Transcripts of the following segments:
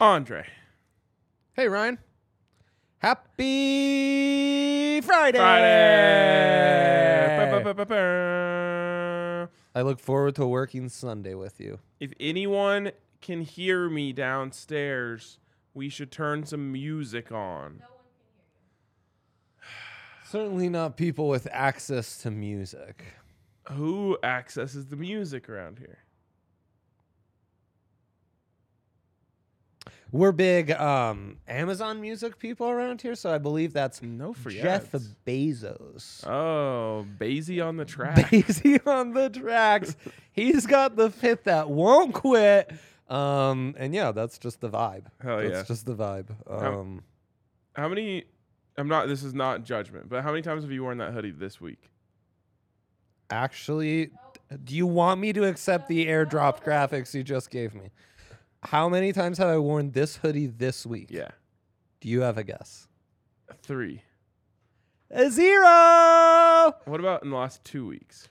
Andre. Hey, Ryan. Happy Friday. Friday. Ba-ba-ba-ba-ba. I look forward to working Sunday with you. If anyone can hear me downstairs, we should turn some music on. Certainly not people with access to music. Who accesses the music around here? We're big um, Amazon music people around here, so I believe that's No free Jeff ads. Bezos. Oh, Basie on the track. Basie on the tracks. He's got the fit that won't quit. Um, and yeah, that's just the vibe. Hell that's yeah. just the vibe. Um, how many? I'm not. This is not judgment, but how many times have you worn that hoodie this week? Actually, do you want me to accept the airdropped graphics you just gave me? How many times have I worn this hoodie this week? Yeah, Do you have a guess? three. A zero. What about in the last two weeks?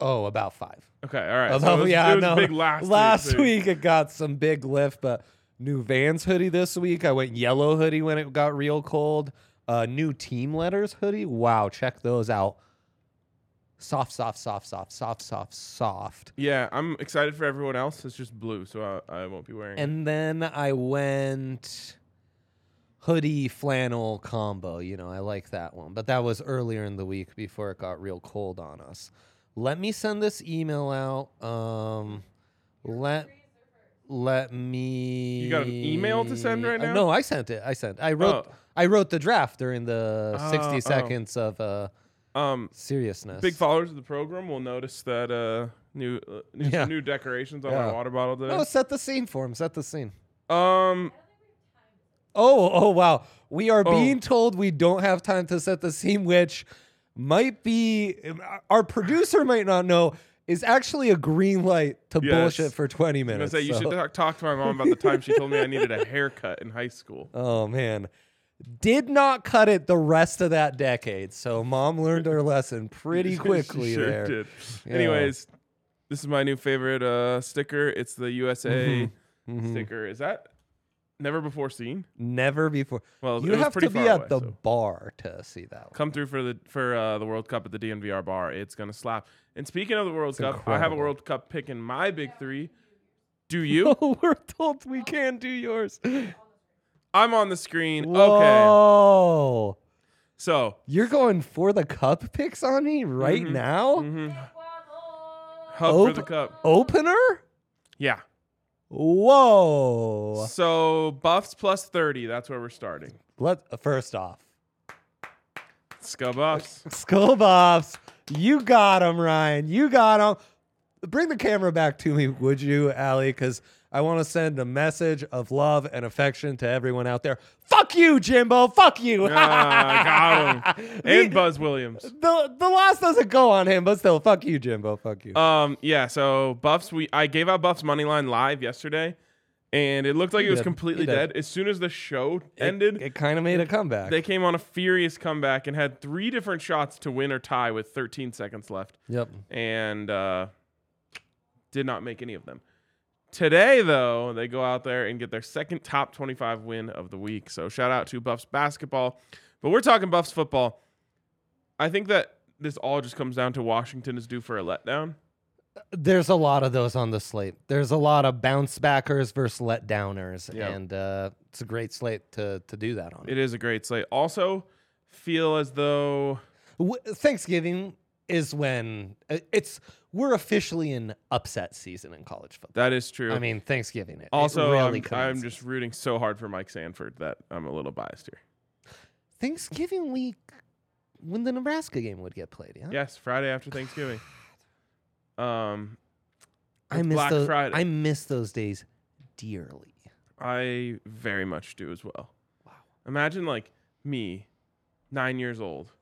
Oh, about five. Okay, all right. so it was, Although, Oh, yeah, it was no. big last week, too. week it got some big lift, but new Vans hoodie this week. I went yellow hoodie when it got real cold. Uh, new team letters hoodie. Wow, check those out. Soft, soft, soft, soft, soft, soft, soft. Yeah, I'm excited for everyone else. It's just blue, so I, I won't be wearing. it. And then I went hoodie flannel combo. You know, I like that one. But that was earlier in the week before it got real cold on us. Let me send this email out. Um, let let me. You got an email to send right Uh, now? no, I sent it. I sent. I wrote. Oh. I wrote the draft during the Oh, oh. sixty seconds of uh, um, seriousness. big followers of the program will notice that uh, new uh, new, Yeah. new decorations on my Yeah. water bottle today. No, Oh, set the scene for him. Set the scene. Um, Oh, oh wow. We are Oh. being told we don't have time to set the scene, which might be our producer might not know is actually a green light to Yes. bullshit for 20 I'm gonna minutes. say you should so- talk, talk to my mom about the time she told me I needed a haircut in high school. oh man. Did not cut it the rest of that decade. So mom learned her lesson pretty She quickly sure there. did. Yeah. Anyways, this is my new favorite uh, sticker. It's the USA Mhm. sticker. Is that never before seen? Never before. Well, you it was have pretty to be far at away, the so. bar to see that one. Come through for the for uh, the World Cup at the DNVR bar. It's gonna slap. And speaking of the World Cup, I have a incredible. World Cup pick in my big three. Do you? Oh, we're told we can do yours. I'm on the screen. Okay. Whoa. So You're going for the cup picks on me right Mhm. now? mhm. hub for the Op- cup. Opener? Yeah. Whoa. So buffs plus 30. That's where we're starting. Let uh, first off, Scub buffs. Skull Bobs, you got him, Ryan. You got him. Bring the camera back to me, would you, Allie? Because I want to send a message of love and affection to everyone out there. Fuck you, Jimbo. Fuck you. Ah, got him. And Buzz Williams. the the loss doesn't go on him, but still, fuck you, Jimbo. Fuck you. Um, yeah, so buffs we I gave out buffs money line live yesterday, and it looked like it was did. completely You did. dead. As soon as the show It- ended, It, kind of made a comeback. they came on a furious comeback and had three different shots to win or tie with 13 seconds left. yep. and uh, did not make any of them. Today, though, they go out there and get their second top 25 win of the week. So shout out to Buffs basketball. But we're talking Buffs football. I think that this all just comes down to Washington is due for a letdown. There's a lot of those on the slate. There's a lot of bounce backers versus letdowners, Yeah. and uh, it's a great slate to to do that on. It is a great slate. Also, feel as though W- Thanksgiving is when uh, it's we're officially in upset season in college football. that is true. I mean, Thanksgiving. It, it also, um, really I'm, I'm commences. just rooting so hard for Mike Sanford that I'm a little biased here. Thanksgiving week when the Nebraska game would get played. Yeah, Yes, Friday after Thanksgiving. Um, I it's miss Black those. Friday. I miss those days dearly. I very much do as well. Wow. Imagine like me, nine years old,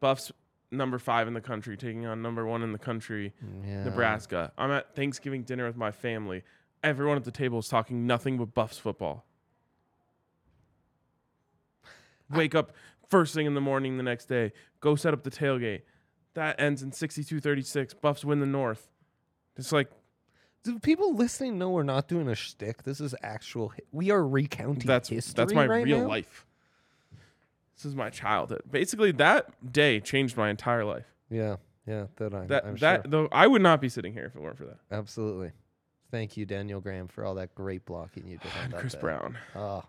Buffs number five in the country, taking on number one in the country, Yeah. Nebraska. I'm at Thanksgiving dinner with my family. Everyone at the table is talking nothing but Buffs football. Wake up first thing in the morning the next day, go set up the tailgate. That ends in 62 36. Buffs win the North. It's like, Do people listening know we're not doing a shtick? This is actual. hi- We are recounting that's history. that's my right real now? life. This is my childhood. Basically, that day changed my entire life. Yeah, yeah. That I'm, That I'm that sure. though I would not be sitting here if it weren't for that. Absolutely. Thank you, Daniel Graham, for all that great blocking you did. on And that Chris day. Brown. Oh.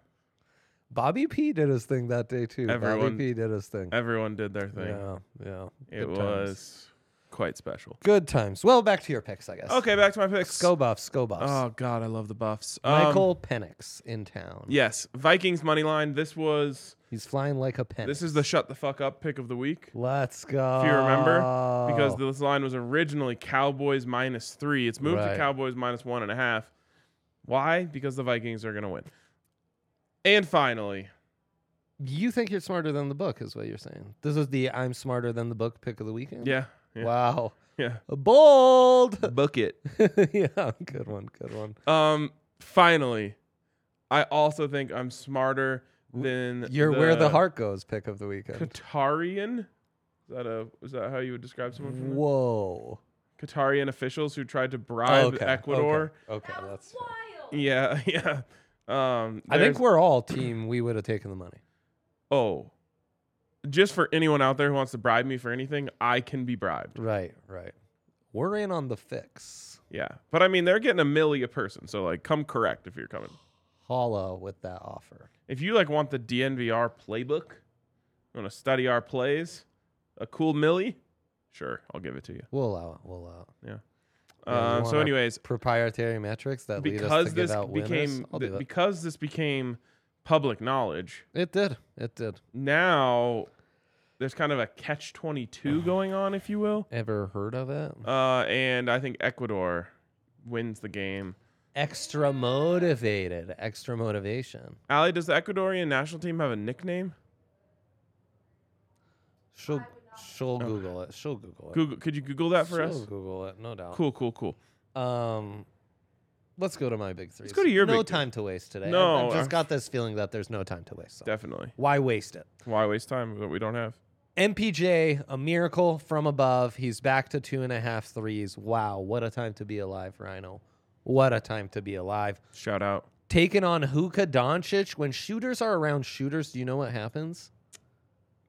Bobby P did his thing that day too. Bobby Everyone- P did his thing. Everyone did their thing. Yeah, yeah. it Good times. was quite special. good times. Well, back to your picks, I guess. Okay, back to my picks. Go Buffs, go Buffs. Oh God, I love the Buffs. Um, Michael Penix in town. Yes, Vikings money line. This was he's flying like a penny. this is the shut the fuck up pick of the week. Let's go. if you remember, Oh. because this line was originally Cowboys minus three. It's moved Right. to Cowboys minus one and a half. Why? Because the Vikings are going to win. And finally, you think you're smarter than the book, is what you're saying. This is the I'm smarter than the book pick of the weekend. yeah, yeah, Wow. yeah. Bold. book it. yeah. Good one. Good one. Um, finally, I also think I'm smarter than You're where the heart goes pick of the weekend. Qatarian. Is that a is that how you would describe someone from the- Whoa. Qatarian officials who tried to bribe Ecuador? Okay, Oh, okay, that's. fair. Yeah, yeah. Um, I think there's- we're all team. We would have taken the money. oh, just for anyone out there who wants to bribe me for anything, I can be bribed. Right, right. We're in on the fix. Yeah. But I mean, they're getting a milli a person. So, like, come correct if you're coming. Holla with that offer. If you, like, want the DNVR playbook, want to study our plays, a cool milli, sure, I'll give it to you. We'll allow it. We'll allow it. Yeah, you Um, want so, our anyways, Proprietary metrics that lead us because to give this out winners. became I'll th- do it. because this became public knowledge, it did. It did. now there's kind of a catch 22 going on, if you will. Ever heard of it? Uh, and I think Ecuador wins the game. Extra motivated. Extra motivation. Ali, does the Ecuadorian national team have a nickname? She'll she'll Google it. She'll Google it. Google, could you Google that for she'll us? Google it. No doubt. Cool, cool, cool. Um, let's go to my big three. go to your no big three. time to waste today. I've- No, uh, I've just I- got this feeling that there's no time to waste. So. Definitely. Why waste it? Why waste time that we don't have? MPJ, a miracle from above. He's back to two and a half threes. Wow, what a time to be alive, Rhino. What a time to be alive. Shout out. Taking on Huka Doncic. When shooters are around shooters, do you know what happens?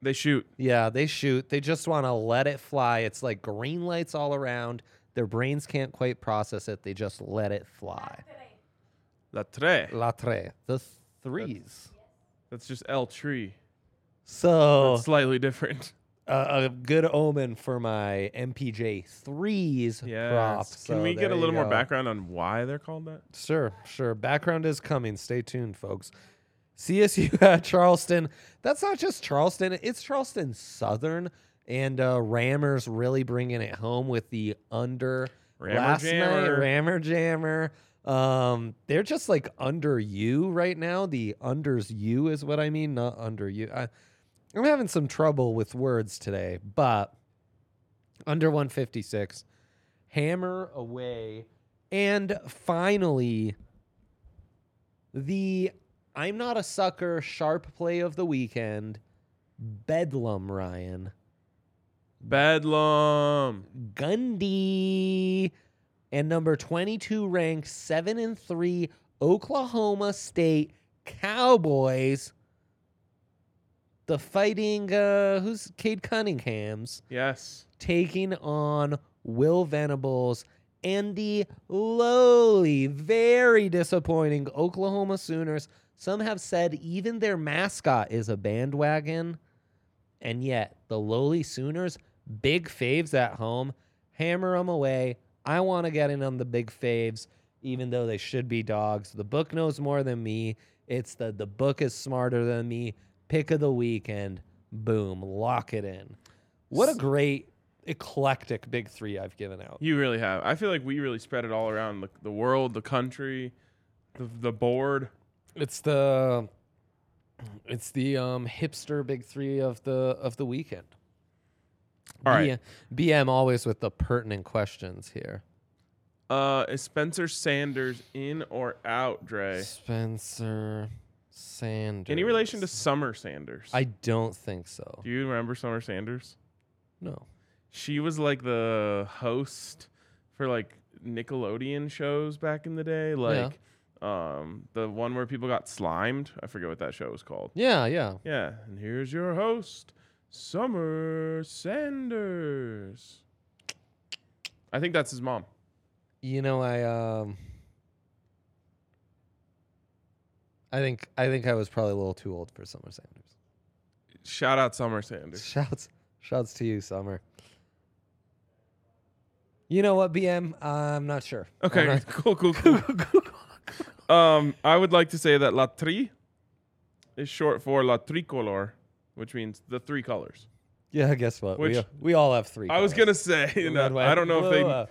They shoot. Yeah, they shoot. They just want to let it fly. It's like green lights all around. Their brains can't quite process it. They just let it fly. La Tre. La tre, the threes. That's just El Tree. So Oh. That's slightly different. a, a good omen for my MPJ threes Yes. Can prop. so we get there a you little more go. background on why they're called that? Sure, sure. Background is coming. Stay tuned, folks. CSU at Charleston. That's not just Charleston, it's Charleston Southern. And uh, Rammers really bringing it home with the under Rammer last Jammer. night. Rammer Jammer. Um, they're just like under you right now. The unders you is what I mean, not under you. I, I'm having some trouble with words today, but under 156, hammer away, and finally, the I'm not a sucker sharp play of the weekend, Bedlam Ryan. Bedlam. Gundy. And number 22 ranked 7 and 3 Oklahoma State Cowboys. The fighting uh who's Cade Cunningham's Yes. taking on Will Venables and the lowly, very disappointing Oklahoma Sooners. Some have said even their mascot is a bandwagon. And yet, the lowly Sooners, big faves at home, hammer them away. I want to get in on the big faves, even though they should be dogs. The book knows more than me. It's the the book is smarter than me. Pick of the weekend. Boom. Lock it in. What a great eclectic big three I've given out. You really have. I feel like we really spread it all around the, the world, the country, the, the board. It's the it's the um, hipster big three of the of the weekend. All right. B- BM always with the pertinent questions here. Uh, is Spencer Sanders in or out, Dre? Spencer Sanders. Any relation to Summer Sanders? I don't think so. Do you remember Summer Sanders? No. She was like the host for like Nickelodeon shows back in the day, like um the one where people got slimed. I forget what that show was called. Yeah, yeah. Yeah, and here's your host, Summer Sanders. I think that's his mom. You know, I um I think I think I was probably a little too old for Summer Sanders. Shout out Summer Sanders. Shouts, shouts to you, Summer. You know what, BM? I'm not sure. Uh, I'm Okay, not- cool, cool, cool. um, I would like to say that La Tri is short for La Tricolor, which means the three colors. yeah, guess what? we, Which- we all have three. I was colors. gonna say, you know, Red, white, I don't know if blue, they. uh,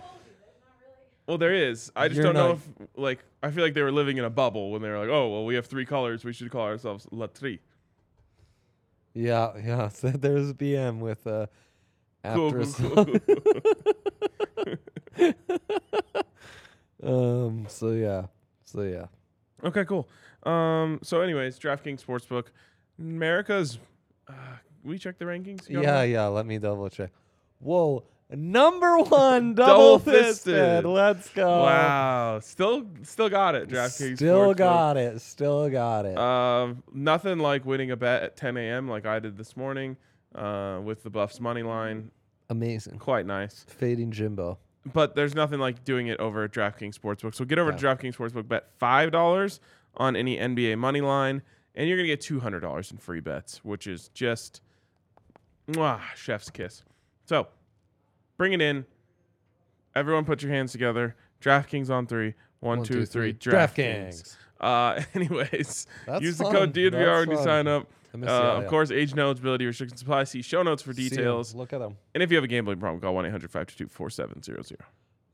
Well, there is. I just You're don't know not- if like I feel like they were living in a bubble when they were like, oh well, we have three colors, we should call ourselves La Tri. yeah, yeah. So there's BM with uh, Cool, after cool, a cool, cool, cool. Um. So yeah. So yeah. Okay, cool. Um, so, anyways, DraftKings Sportsbook, America's. Uh, we check the rankings. You got Yeah, one? yeah. Let me double check. Whoa. Number one, double Double-fisted. fisted. Let's go. Wow. Still, still got it. DraftKings. Still Sportsbook. got it. Still got it. Um, nothing like winning a bet at 10 a.m. like I did this morning uh, with the Buffs money line. Amazing. Quite nice. Fading Jimbo. But there's nothing like doing it over at DraftKings Sportsbook. So get over to DraftKings Sportsbook, bet five dollars on any NBA money line, and you're gonna get two hundred dollars in free bets, which is just mwah, chef's kiss. So bring it in. Everyone, put your hands together. DraftKings on three. One, One, two, two, three. three. DraftKings. DraftKings. Uh, anyways, That's use the fun. code DNVR That's when you fun. sign up. I Uh, miss the of audio. course, age no eligibility restrictions apply. See show notes for See 'em. details. Look at them. And if you have a gambling problem, call 1 800 522 4700.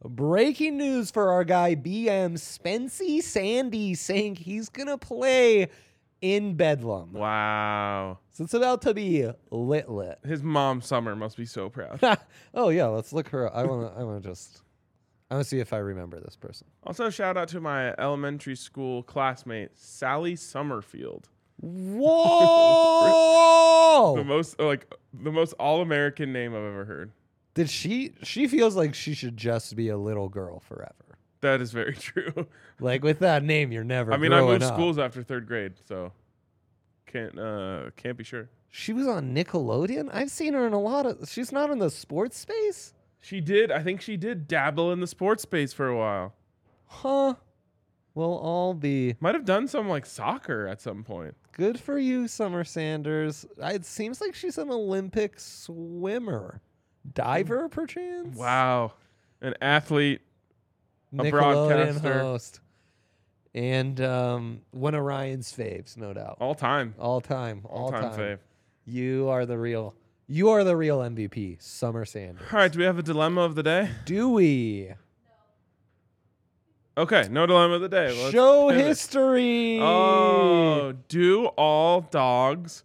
Breaking news for our guy BM Spency Sandy saying he's gonna play in Bedlam. Wow. So it's about to be lit lit. His mom, Summer, must be so proud. oh yeah, let's look her up. I wanna I wanna just I wanna see if I remember this person. also, shout out to my elementary school classmate, Sally Summerfield. The Whoa! most, like, the most all American name I've ever heard. Did she she feels like she should just be a little girl forever. That is very true. Like with that name, you're never I mean, I growing moved up. schools after third grade, so can't, uh, can't be sure. She was on Nickelodeon? I've seen her in a lot of she's not in the sports space? She did, I think she did dabble in the sports space for a while. Huh. We'll all be Might have done some like soccer at some point. good for you, Summer Sanders. I- It seems like she's an Olympic swimmer, diver, perchance. Hmm. Wow. An athlete. Nickelodeon broadcaster. host, and um, one of Ryan's faves, no doubt, all, All time. time, all, All time. time fave. You are the real. You are the real MVP, Summer Sanders. All right. Do we have a dilemma of the day? Do we Okay. No dilemma of the day. Let's show pivot. history? Oh, do all dogs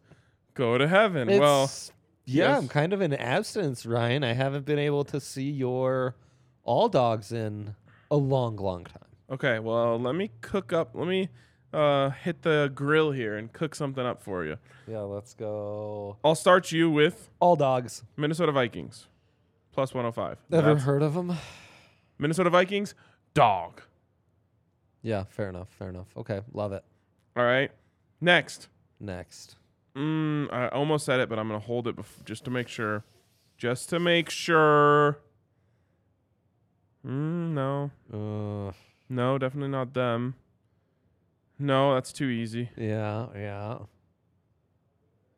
go to heaven? well, It's- yeah, yes. I'm kind of in abstinence, Ryan. I haven't been able to see your all dogs in a long, long time. okay. Well, let me cook up. Let me uh, hit the grill here and cook something up for you. Yeah, let's go. I'll start you with All dogs. Minnesota Vikings, plus 105. Ever That's- heard of them? Minnesota Vikings, dog. Yeah, fair enough. Fair enough. Okay, love it. All right. Next. Next. Mm, I almost said it, but I'm going to hold it bef- just to make sure. Just to make sure. Mm, no. Uh, No, definitely not them. No, that's too easy. yeah, yeah.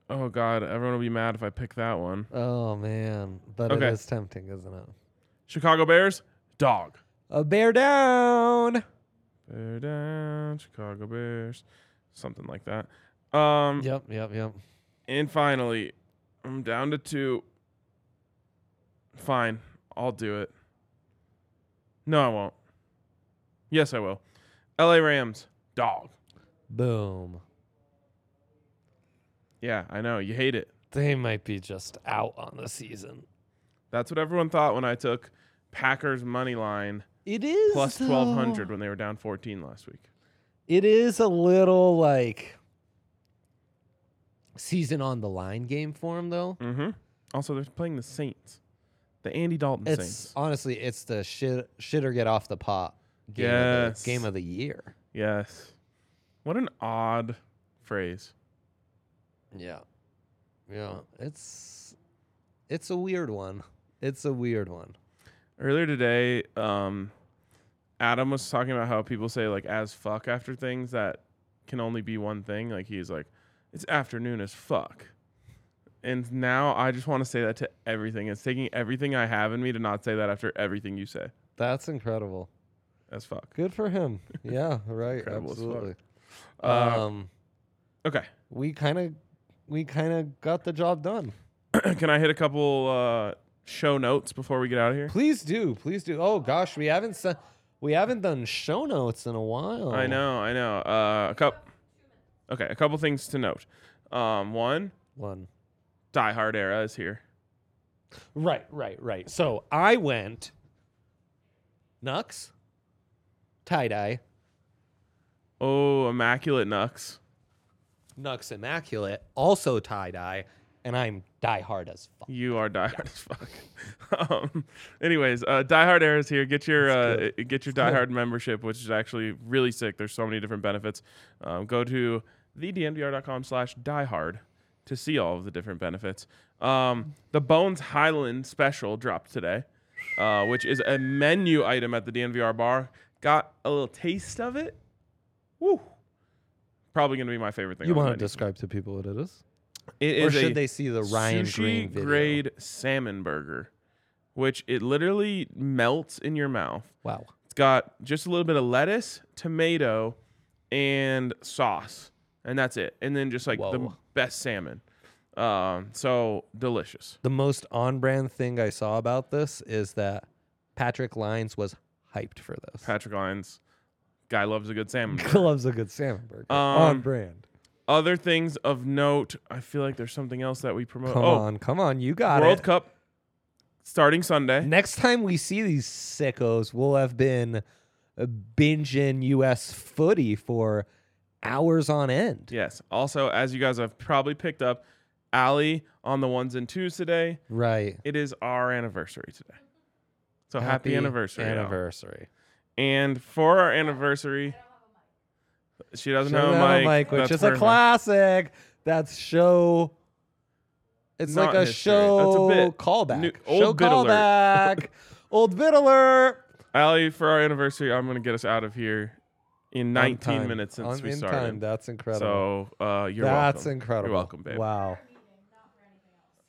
Oh God, everyone will be mad if I pick that one. Oh man, but Okay. it is tempting, isn't it? Chicago Bears, dog. A bear down. Bear down, Chicago Bears, something like that. Um, Yep, yep, yep. and finally, I'm down to two. Fine, I'll do it. No, I won't. Yes, I will. L.A. Rams, dog. Boom. Yeah, I know you hate it. They might be just out on the season. That's what everyone thought when I took Packers money line It is plus though- 1200 when they were down 14 last week. It is a little like season on the line game form though. Mm-hmm. Also, they're playing the Saints, the Andy Dalton It's Saints. honestly, it's the shit, shit or get off the pot game, of Yes. the, game of the year. Yes. What an odd phrase. Yeah. Yeah. It's it's a weird one. It's a weird one. Earlier today, um, Adam was talking about how people say like "as fuck" after things that can only be one thing. Like he's like, "It's afternoon as fuck," and now I just want to say that to everything. It's taking everything I have in me to not say that after everything you say. That's incredible. As fuck. Good for him. Yeah, right. Incredible as fuck. absolutely. Uh, um Okay. we kind of we kind of got the job done. can I hit a couple uh, show notes before we get out of here? Please do. Please do. Oh gosh, we haven't se- we haven't done show notes in a while. I know, I know. Uh, a couple. Okay, a couple things to note. Um, one, One. Die Hard era is here. Right, right, right. So I went Nux, tie dye, Oh, immaculate Nux. Nux Immaculate, also tie dye, and I'm die hard as fuck. You are Die Hard as fuck. um, anyways, uh, Die Hard era is here. Get your uh, i- get your Die Hard membership, which is actually really sick. There's so many different benefits. Um, go to thednvr.com slash diehard to see all of the different benefits. Um, the Bones Highland special dropped today. uh, which is a menu item at the DNVR bar. Got a little taste of it. Woo! Probably gonna be my favorite thing. You on the want to menu. describe to people what it is? It Or is should a they see the Ryan sushi Green video? grade salmon burger, which it literally melts in your mouth. Wow. It's got just a little bit of lettuce, tomato, and sauce, and that's it. And then just like the Whoa. best salmon. Um, so delicious. The most on brand thing I saw about this is that Patrick Lyons was hyped for this. Patrick Lyons, guy loves a good salmon. burger. loves a good salmon burger. on Um, brand. other things of note, I feel like there's something else that we promote. Come oh, on, come on, you got World it. Cup starting Sunday. Next time we see these sickos, we'll have been uh, binging U.S. footy for hours on end. Yes. Also, as you guys have probably picked up, Ali on the ones and twos today. Right. It is our anniversary today. So happy, anniversary. Al. Anniversary. And for our anniversary, she doesn't have Shout out a mic. which That's is a perfect. classic. That's show. It's Not like a history. show That's a bit. callback. New- show old bit alert. callback. old bit alert. Allie, for our anniversary, I'm going to get us out of here in On 19 time. minutes since On- we in started. Time. That's incredible. so uh, you're That's welcome. incredible. You're welcome, babe. Wow.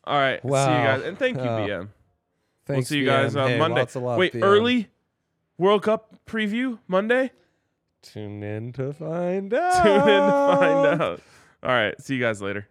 All right. See you Wow. guys, and thank you, Uh, BM. we'll Thanks, see you guys BM. on Hey, Monday. lots of love, Wait, BM. early World Cup preview Monday. Tune in to find out. Tune in to find out. All right. See you guys later.